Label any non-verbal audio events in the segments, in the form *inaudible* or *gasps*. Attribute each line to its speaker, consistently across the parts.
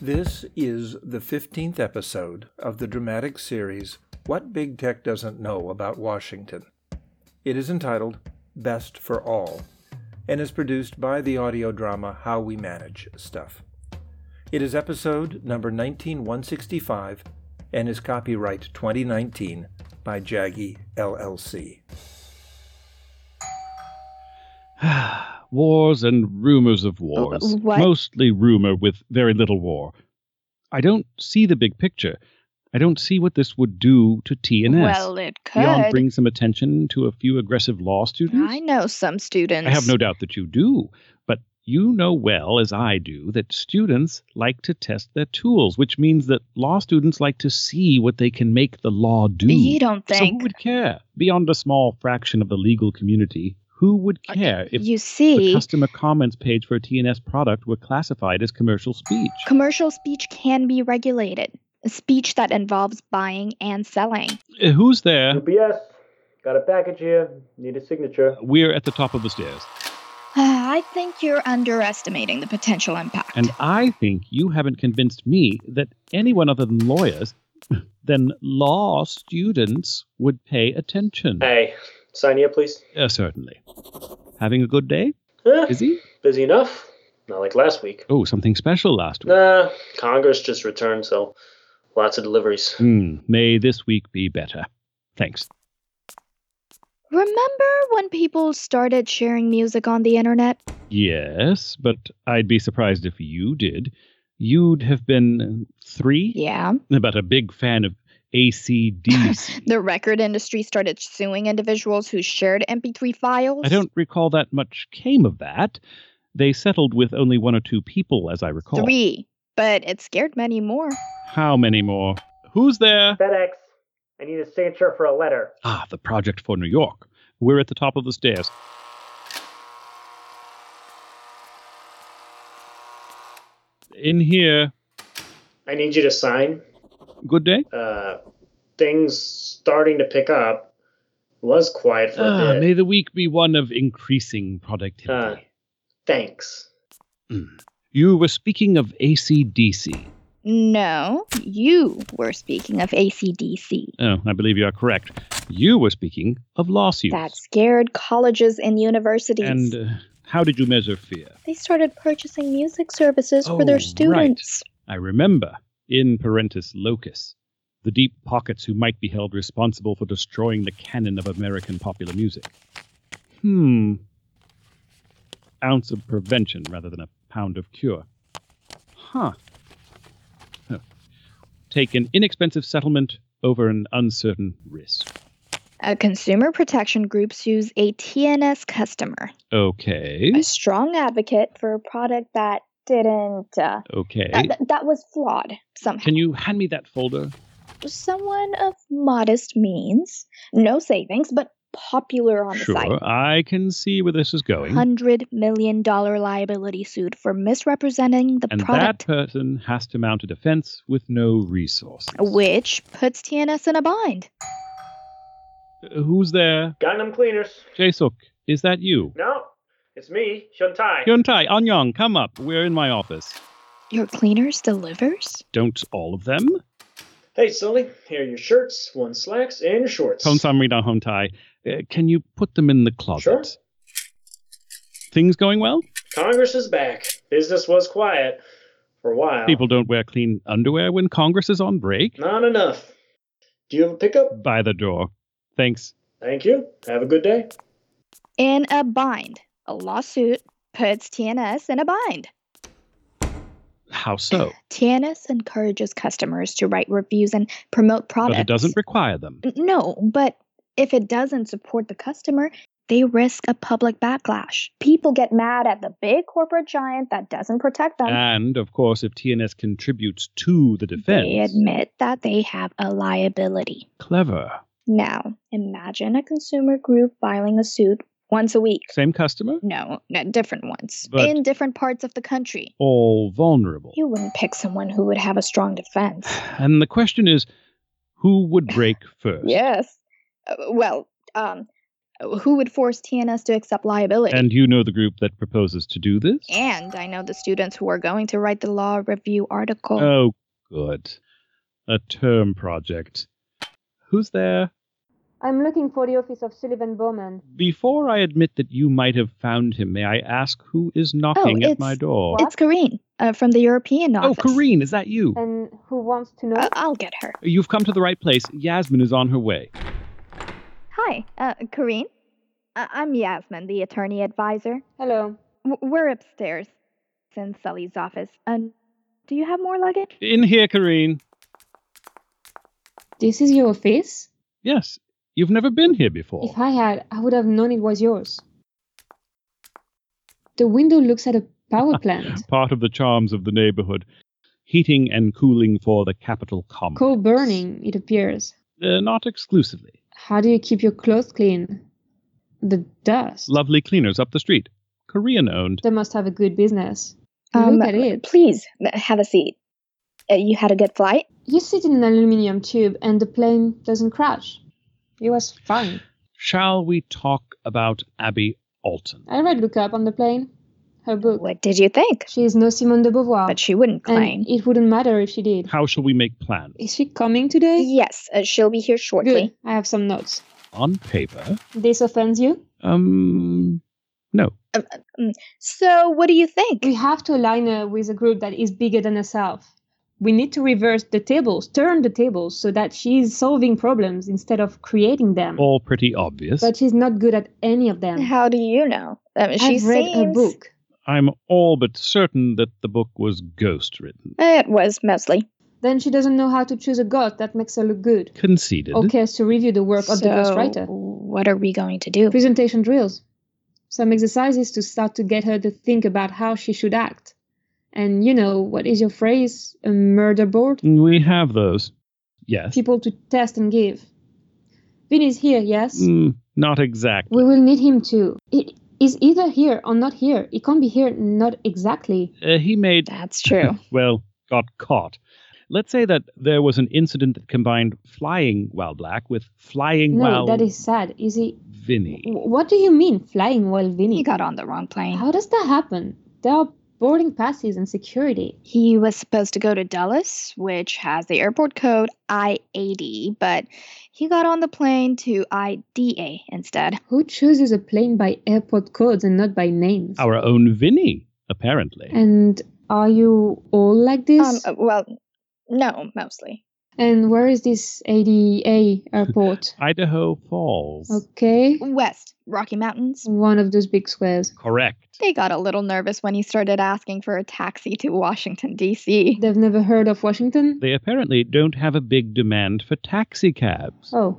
Speaker 1: This is the 15th episode of the dramatic series What Big Tech Doesn't Know About Washington. It is entitled Best for All and is produced by the audio drama How We Manage Stuff. It is episode number 19165 and is copyright 2019 by Jaggy LLC.
Speaker 2: wars and rumors of wars.
Speaker 3: Uh, what?
Speaker 2: Mostly rumor with very little war. I don't see the big picture. I don't see what this would do to TNS.
Speaker 3: Well, it
Speaker 2: Beyond
Speaker 3: could.
Speaker 2: bring some attention to a few aggressive law students.
Speaker 3: I know some students.
Speaker 2: I have no doubt that you do, but you know well as I do that students like to test their tools, which means that law students like to see what they can make the law do.
Speaker 3: You don't
Speaker 2: So who
Speaker 3: think.
Speaker 2: would care? Beyond a small fraction of the legal community, who would
Speaker 3: Uh,
Speaker 2: care if
Speaker 3: you
Speaker 2: the
Speaker 3: see,
Speaker 2: customer comments page for a TNS product were classified as commercial speech.
Speaker 3: commercial speech can be regulated. Speech that involves buying and selling. *sighs*
Speaker 2: Uh, Who's there?
Speaker 4: UPS, got a package here. Need a signature.
Speaker 2: We're at the top of the stairs.
Speaker 3: I think you're underestimating the potential impact.
Speaker 2: And I think you haven't convinced me that anyone other than lawyers, *laughs* than law students, would pay attention.
Speaker 4: Hey, sign here, please.
Speaker 2: Uh, certainly. Having a good day?
Speaker 4: Huh?
Speaker 2: Is he?
Speaker 4: Busy enough? Not like last week.
Speaker 2: Oh, something special last week.
Speaker 4: Nah, Congress just returned, so lots of deliveries.
Speaker 2: Hmm, may this week be better. Thanks.
Speaker 3: Remember when people started sharing music on the internet?
Speaker 2: Yes, but I'd be surprised if you did. You'd have been uh, three?
Speaker 3: Yeah.
Speaker 2: about a big fan of ACDC.
Speaker 3: *laughs* The record industry started suing individuals who shared MP3 files.
Speaker 2: I don't recall that much came of that. They settled with only one or two people, as I recall.
Speaker 3: Three. But it scared many more.
Speaker 2: How many more? Who's there?
Speaker 4: FedEx, I need a signature for a letter.
Speaker 2: Ah, the project for New York. We're at the top of the stairs. In here.
Speaker 4: I need you to sign.
Speaker 2: Good day.
Speaker 4: Uh, things starting to pick up. Was quiet for
Speaker 2: Ah,
Speaker 4: a
Speaker 2: may
Speaker 4: bit.
Speaker 2: the week be one of increasing
Speaker 4: Uh.
Speaker 2: productivity.
Speaker 4: Thanks.
Speaker 2: You were speaking of ACDC.
Speaker 3: No, you were speaking of ACDC.
Speaker 2: Oh, I believe you are correct. You were speaking of lawsuits.
Speaker 3: That scared colleges and universities.
Speaker 2: And uh, how did you measure fear?
Speaker 3: they started purchasing music services for
Speaker 2: Oh,
Speaker 3: their
Speaker 2: right.
Speaker 3: students.
Speaker 2: I remember, in parentis locus, the deep pockets who might be held responsible for destroying the canon of American popular music. Hmm. Ounce of prevention rather than a pound of cure. Huh. Huh. Take an inexpensive settlement over an uncertain risk.
Speaker 3: A consumer protection group sues a TNS customer,
Speaker 2: Okay.
Speaker 3: a strong advocate for a product that didn't, uh,
Speaker 2: Okay.
Speaker 3: that, that, that was flawed somehow.
Speaker 2: Eh? Can you hand me that folder?
Speaker 3: Someone of modest means, no savings, but popular on the
Speaker 2: sure,
Speaker 3: site.
Speaker 2: I can see where this is going.
Speaker 3: $100 million liability suit for misrepresenting the
Speaker 2: and that
Speaker 3: product.
Speaker 2: person has to mount a defense with no resources.
Speaker 3: Uh, which puts TNS in a bind.
Speaker 2: Uh, Who's there?
Speaker 4: Gangnam Cleaners.
Speaker 2: Jaesuk, is that you?
Speaker 4: No, it's me, Shuntai.
Speaker 2: Hyuntai, Anyang, come up. We're in my office.
Speaker 3: Your cleaners delivers?
Speaker 2: Don't all of them?
Speaker 4: Hey, Sully. Here are your shirts, one slacks, and your shorts.
Speaker 2: Honsamrida Hontai, uh, can you put them in the closet?
Speaker 4: Sure.
Speaker 2: Things going well?
Speaker 4: Congress is back. Business was quiet for a while.
Speaker 2: People don't wear clean underwear when Congress is on break?
Speaker 4: Not enough. Do you have a pickup?
Speaker 2: By the door. Thanks.
Speaker 4: Thank you. Have a good day.
Speaker 3: In a bind. A lawsuit puts TNS in a bind.
Speaker 2: How
Speaker 3: *laughs*
Speaker 2: so?
Speaker 3: TNS encourages customers to write reviews and promote products.
Speaker 2: But it doesn't require them.
Speaker 3: N- No, but if it doesn't support the customer, they risk a public backlash. People get mad at the big corporate giant that doesn't protect them.
Speaker 2: And, of course, if TNS contributes to the defense.
Speaker 3: they admit that they have a liability.
Speaker 2: Clever.
Speaker 3: Now, imagine a consumer group filing a suit once a week.
Speaker 2: Same customer?
Speaker 3: No, no, different ones.
Speaker 2: But-
Speaker 3: in different parts of the country.
Speaker 2: All vulnerable.
Speaker 3: You wouldn't pick someone who would have a
Speaker 2: *sighs*
Speaker 3: strong defense.
Speaker 2: And the
Speaker 3: *laughs*
Speaker 2: question is, who would break first?
Speaker 3: yes. Uh, well, um, Who would force TNS to accept liability?
Speaker 2: And you know the group that proposes to do this?
Speaker 3: And I know the students who are going to write the law review article.
Speaker 2: Oh, good. A term project. Who's there?
Speaker 5: I'm looking for the office of Sullivan Bowman.
Speaker 2: Before I admit that you might have found him, may I ask who is knocking
Speaker 3: Oh,
Speaker 2: at my
Speaker 3: it's-
Speaker 2: door?
Speaker 5: What?
Speaker 3: It's Corrine uh, from the European
Speaker 2: Oh,
Speaker 3: office. Oh.
Speaker 2: Corrine, is that you?
Speaker 5: And who wants to know?
Speaker 3: Uh, I'll get her.
Speaker 2: You've come to the right place. Yasmin is on her way.
Speaker 3: Hi, uh, Corrine. Uh, I'm Yasmin, the attorney advisor.
Speaker 5: Hello.
Speaker 3: W- we're upstairs in Sully's office. Um, do you have more luggage?
Speaker 2: In here, Corrine.
Speaker 5: This is your office?
Speaker 2: Yes, you've never been here before.
Speaker 5: If I had, I would have known it was yours. The window looks at a power plant.
Speaker 2: Part of the charms of the neighborhood. Heating and cooling for the capital complex.
Speaker 5: Coal burning, it appears.
Speaker 2: Uh, not exclusively.
Speaker 5: How do you keep your clothes clean? The dust.
Speaker 2: Lovely cleaners up the street. Korean owned.
Speaker 5: They must have a good business.
Speaker 3: Um,
Speaker 5: Look at it.
Speaker 3: Please uh, have a seat. Uh, you had a good flight?
Speaker 5: You sit in an aluminium tube and the plane doesn't crash. It was fun.
Speaker 2: Shall we talk about Abby Alton?
Speaker 5: I read Look Up on the plane, her book.
Speaker 3: What did you think?
Speaker 5: She is no Simone de Beauvoir.
Speaker 3: But she wouldn't claim.
Speaker 5: Um, and it wouldn't matter if she did.
Speaker 2: How shall we make plans?
Speaker 5: Is she coming today?
Speaker 3: Yes, uh, she'll be here shortly.
Speaker 5: Good. I have some notes.
Speaker 2: On paper?
Speaker 5: This offends you?
Speaker 2: Um, no.
Speaker 3: So, what do you think?
Speaker 5: We have to align her with a group that is bigger than herself. We need to reverse the tables, turn the tables, so that she is solving problems instead of creating them.
Speaker 2: All pretty obvious.
Speaker 5: But she's not good at any of them.
Speaker 3: How do you know? I mean, *laughs* she
Speaker 5: I've read
Speaker 3: seems
Speaker 5: her book.
Speaker 2: I'm all but certain that the book was ghost written.
Speaker 3: it was mostly.
Speaker 5: Then she doesn't know how to choose a ghost that makes her look good.
Speaker 2: Conceded.
Speaker 5: Or cares to review the work of the
Speaker 3: So,
Speaker 5: ghostwriter.
Speaker 3: What are we going to do?
Speaker 5: Presentation drills. Some exercises to start to get her to think about how she should act. And you know, what is your phrase? A murder board?
Speaker 2: We have those. Yes.
Speaker 5: People to test and give. Vin is here, yes?
Speaker 2: Mm, not exactly.
Speaker 5: We will need him too. It is either here or not here. He can't be here, not exactly.
Speaker 2: Uh, he made,
Speaker 3: That's
Speaker 5: *laughs*
Speaker 3: true.
Speaker 2: well, got caught. Let's say that there was an incident that combined flying while black with flying
Speaker 5: No,
Speaker 2: while
Speaker 5: that is sad. Is he.
Speaker 2: Vinny.
Speaker 5: Wh- What do you mean, flying while Vinny?
Speaker 3: he got on the wrong plane.
Speaker 5: How does that happen? There are boarding passes and security.
Speaker 3: He was supposed to go to Dulles, which has the airport code I 80, but he got on the plane to IDA instead.
Speaker 5: Who chooses a plane by airport codes and not by names?
Speaker 2: Our own Vinny, apparently.
Speaker 5: And are you all like
Speaker 3: Um,
Speaker 5: this?
Speaker 3: uh, well, no, mostly.
Speaker 5: and where is this ADA airport?
Speaker 2: *laughs* Idaho Falls.
Speaker 5: okay.
Speaker 3: West, Rocky Mountains.
Speaker 5: One of those big squares.
Speaker 2: Correct.
Speaker 3: They got a little nervous when he started asking for a taxi to Washington, D.C.
Speaker 5: They've never heard of Washington?
Speaker 2: They apparently don't have a big demand for taxi cabs.
Speaker 5: Oh.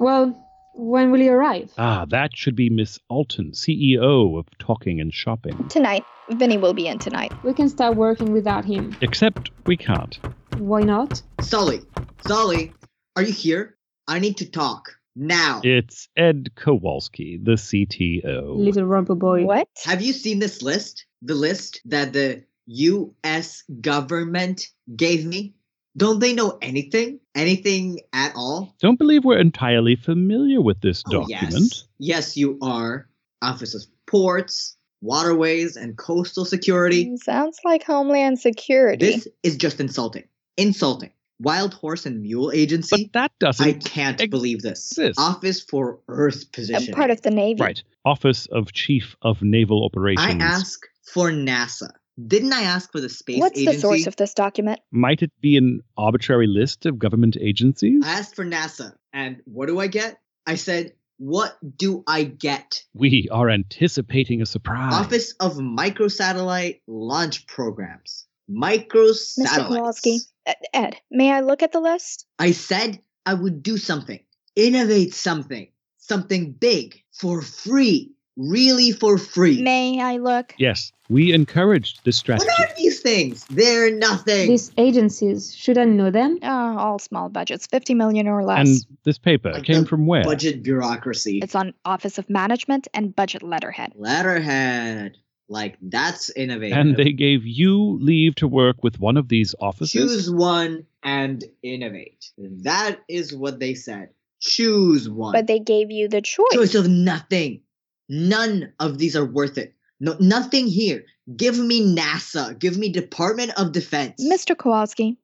Speaker 5: Well, when will he arrive?
Speaker 2: Ah, that should be Miss Alton, CEO of Talking and Shopping.
Speaker 3: Tonight, Vinny will be in tonight.
Speaker 5: We can start working without him.
Speaker 2: Except we can't.
Speaker 5: Why not?
Speaker 6: Sully, Sully, are you here? I need to talk now.
Speaker 2: It's Ed Kowalski, the CTO.
Speaker 5: Little rumble boy.
Speaker 3: What?
Speaker 6: Have you seen this list? The list that the US government gave me? Don't they know anything? Anything at all?
Speaker 2: Don't believe we're entirely familiar with this
Speaker 6: Oh,
Speaker 2: document.
Speaker 6: yes. Yes, you are. Office of Ports, Waterways, and Coastal Security.
Speaker 3: Mm, Sounds like Homeland Security.
Speaker 6: This is just insulting. Insulting. Wild Horse and Mule
Speaker 2: But
Speaker 6: Agency?
Speaker 2: that
Speaker 6: I
Speaker 2: doesn't.
Speaker 6: can't
Speaker 2: exist.
Speaker 6: believe this. Office for Earth
Speaker 3: a
Speaker 6: Position.
Speaker 3: Uh, part of the Navy.
Speaker 2: Right. Office of Chief of Naval
Speaker 6: I
Speaker 2: Operations.
Speaker 6: ask for NASA. Didn't I ask for the space
Speaker 3: What's
Speaker 6: agency?
Speaker 3: the source of this document?
Speaker 2: Might it be an arbitrary list of government agencies?
Speaker 6: I asked for NASA, and what do I get? I said, "What do I get?"
Speaker 2: We are anticipating a surprise.
Speaker 6: Office of Microsatellite Launch Programs.
Speaker 3: Mr. Kowalski,
Speaker 6: Microsatellites.
Speaker 3: E- Ed, may I look at the list?
Speaker 6: I said I would do something, innovate something, something big for free, really for free.
Speaker 3: May I look?
Speaker 2: Yes, we encouraged this
Speaker 6: what
Speaker 2: strategy.
Speaker 6: are these things? They're nothing.
Speaker 5: These agencies, should I know them?
Speaker 3: Uh, all small budgets, 50 million or less.
Speaker 2: And this paper
Speaker 6: Like
Speaker 2: came
Speaker 6: the
Speaker 2: from where?
Speaker 6: Budget bureaucracy.
Speaker 3: it's on Office of Management and Budget Letterhead.
Speaker 6: Letterhead. Like that's innovative.
Speaker 2: And they gave you leave to work with one of these offices?
Speaker 6: Choose one and innovate. That is what they said. choose one.
Speaker 3: But they gave you the choice.
Speaker 6: choice of nothing. None of these are worth it. No, nothing here. Give me NASA. Give me Department of Defense.
Speaker 3: Mr. Kowalski,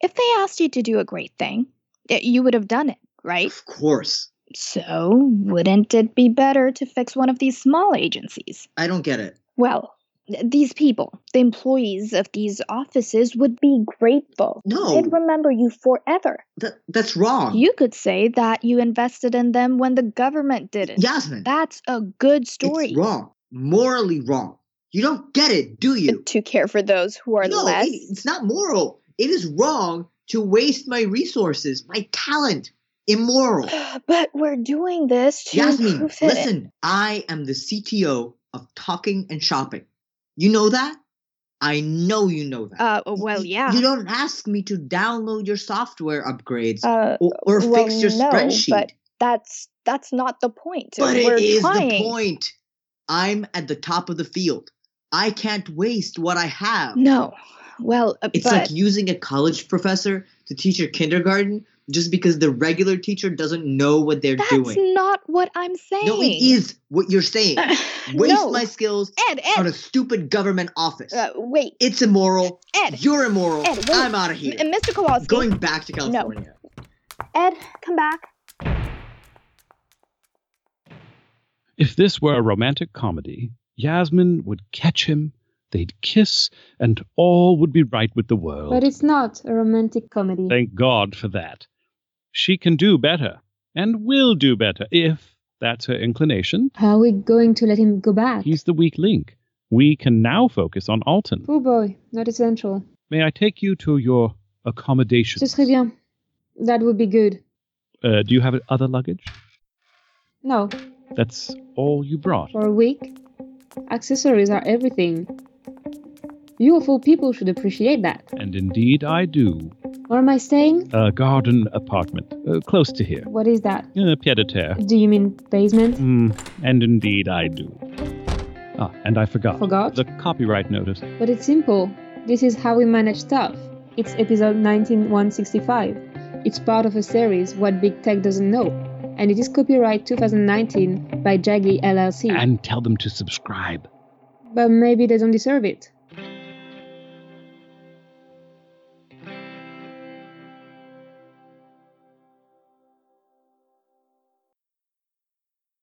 Speaker 3: if they asked you to do a great thing, y- you would have done it, right?
Speaker 6: Of course.
Speaker 3: So, wouldn't it be better to fix one of these small agencies?
Speaker 6: I don't get it.
Speaker 3: Well, th- these people, the employees of these offices, would be grateful.
Speaker 6: No,
Speaker 3: They'd remember you forever.
Speaker 6: that, that's wrong.
Speaker 3: You could say that you invested in them when the government didn't.
Speaker 6: Yasmin,
Speaker 3: That's a good story.
Speaker 6: it's wrong. Morally wrong. You don't get it, do you?
Speaker 3: To care for those who are
Speaker 6: no,
Speaker 3: less.
Speaker 6: it- it's not moral. It is wrong to waste my resources, my talent.
Speaker 3: *gasps*
Speaker 6: Immoral. *clears throat*
Speaker 3: But we're doing this to
Speaker 6: Yasmin,
Speaker 3: improve it.
Speaker 6: listen, I am the CTO of Talking and Shopping. You know that? I know you know that.
Speaker 3: Uh,
Speaker 6: Y-
Speaker 3: well,
Speaker 6: y-
Speaker 3: yeah.
Speaker 6: You don't ask me to download your software upgrades
Speaker 3: uh,
Speaker 6: or, or
Speaker 3: well,
Speaker 6: fix your
Speaker 3: no,
Speaker 6: spreadsheet.
Speaker 3: but that's that's not the point.
Speaker 6: But
Speaker 3: we're
Speaker 6: it is
Speaker 3: trying.
Speaker 6: the point. I'm at the top of the field. I can't waste what I have.
Speaker 3: No. Well, uh,
Speaker 6: It's
Speaker 3: but
Speaker 6: like using a college professor to teach your kindergarten just because the regular teacher doesn't know what they're
Speaker 3: that's
Speaker 6: doing.
Speaker 3: not what I'm saying.
Speaker 6: No, it is what you're saying.
Speaker 3: Uh,
Speaker 6: Waste
Speaker 3: *laughs* no.
Speaker 6: my skills
Speaker 3: Ed, Ed,
Speaker 6: on a stupid government office.
Speaker 3: uh, wait,
Speaker 6: it's immoral.
Speaker 3: Ed,
Speaker 6: You're immoral.
Speaker 3: Ed, wait.
Speaker 6: I'm out of here.
Speaker 3: M- Mr. Kowalski.
Speaker 6: Going back to California.
Speaker 3: Ed, come back.
Speaker 2: If this were a romantic comedy, Yasmin would catch him, they'd kiss, and all would be right with the world.
Speaker 5: But it's not a romantic comedy.
Speaker 2: Thank God for that. She can do better, and will do better, if that's her inclination.
Speaker 5: How are we going to let him go back?
Speaker 2: He's the weak link. We can now focus on Alton.
Speaker 5: Poor boy, not essential.
Speaker 2: May I take you to your accommodation?
Speaker 5: Ce serait bien. That would be good.
Speaker 2: Uh, do you have other luggage?
Speaker 5: No,
Speaker 2: That's all you brought.
Speaker 5: for a week. Accessories are everything. You of all people should appreciate that.
Speaker 2: And indeed, I do.
Speaker 5: What am I saying?
Speaker 2: A garden apartment, uh, close to here.
Speaker 5: What is that?
Speaker 2: Uh, pied a terre.
Speaker 5: Do you mean basement?
Speaker 2: Hmm, and indeed, I do. Ah, and I forgot.
Speaker 5: Forgot?
Speaker 2: The copyright notice.
Speaker 5: But it's simple. This is how we manage stuff. It's episode 19165. It's part of a series, What Big Tech Doesn't Know, and it is copyright 2019 by Jagli LLC.
Speaker 2: And tell them to subscribe.
Speaker 5: But maybe they don't deserve it.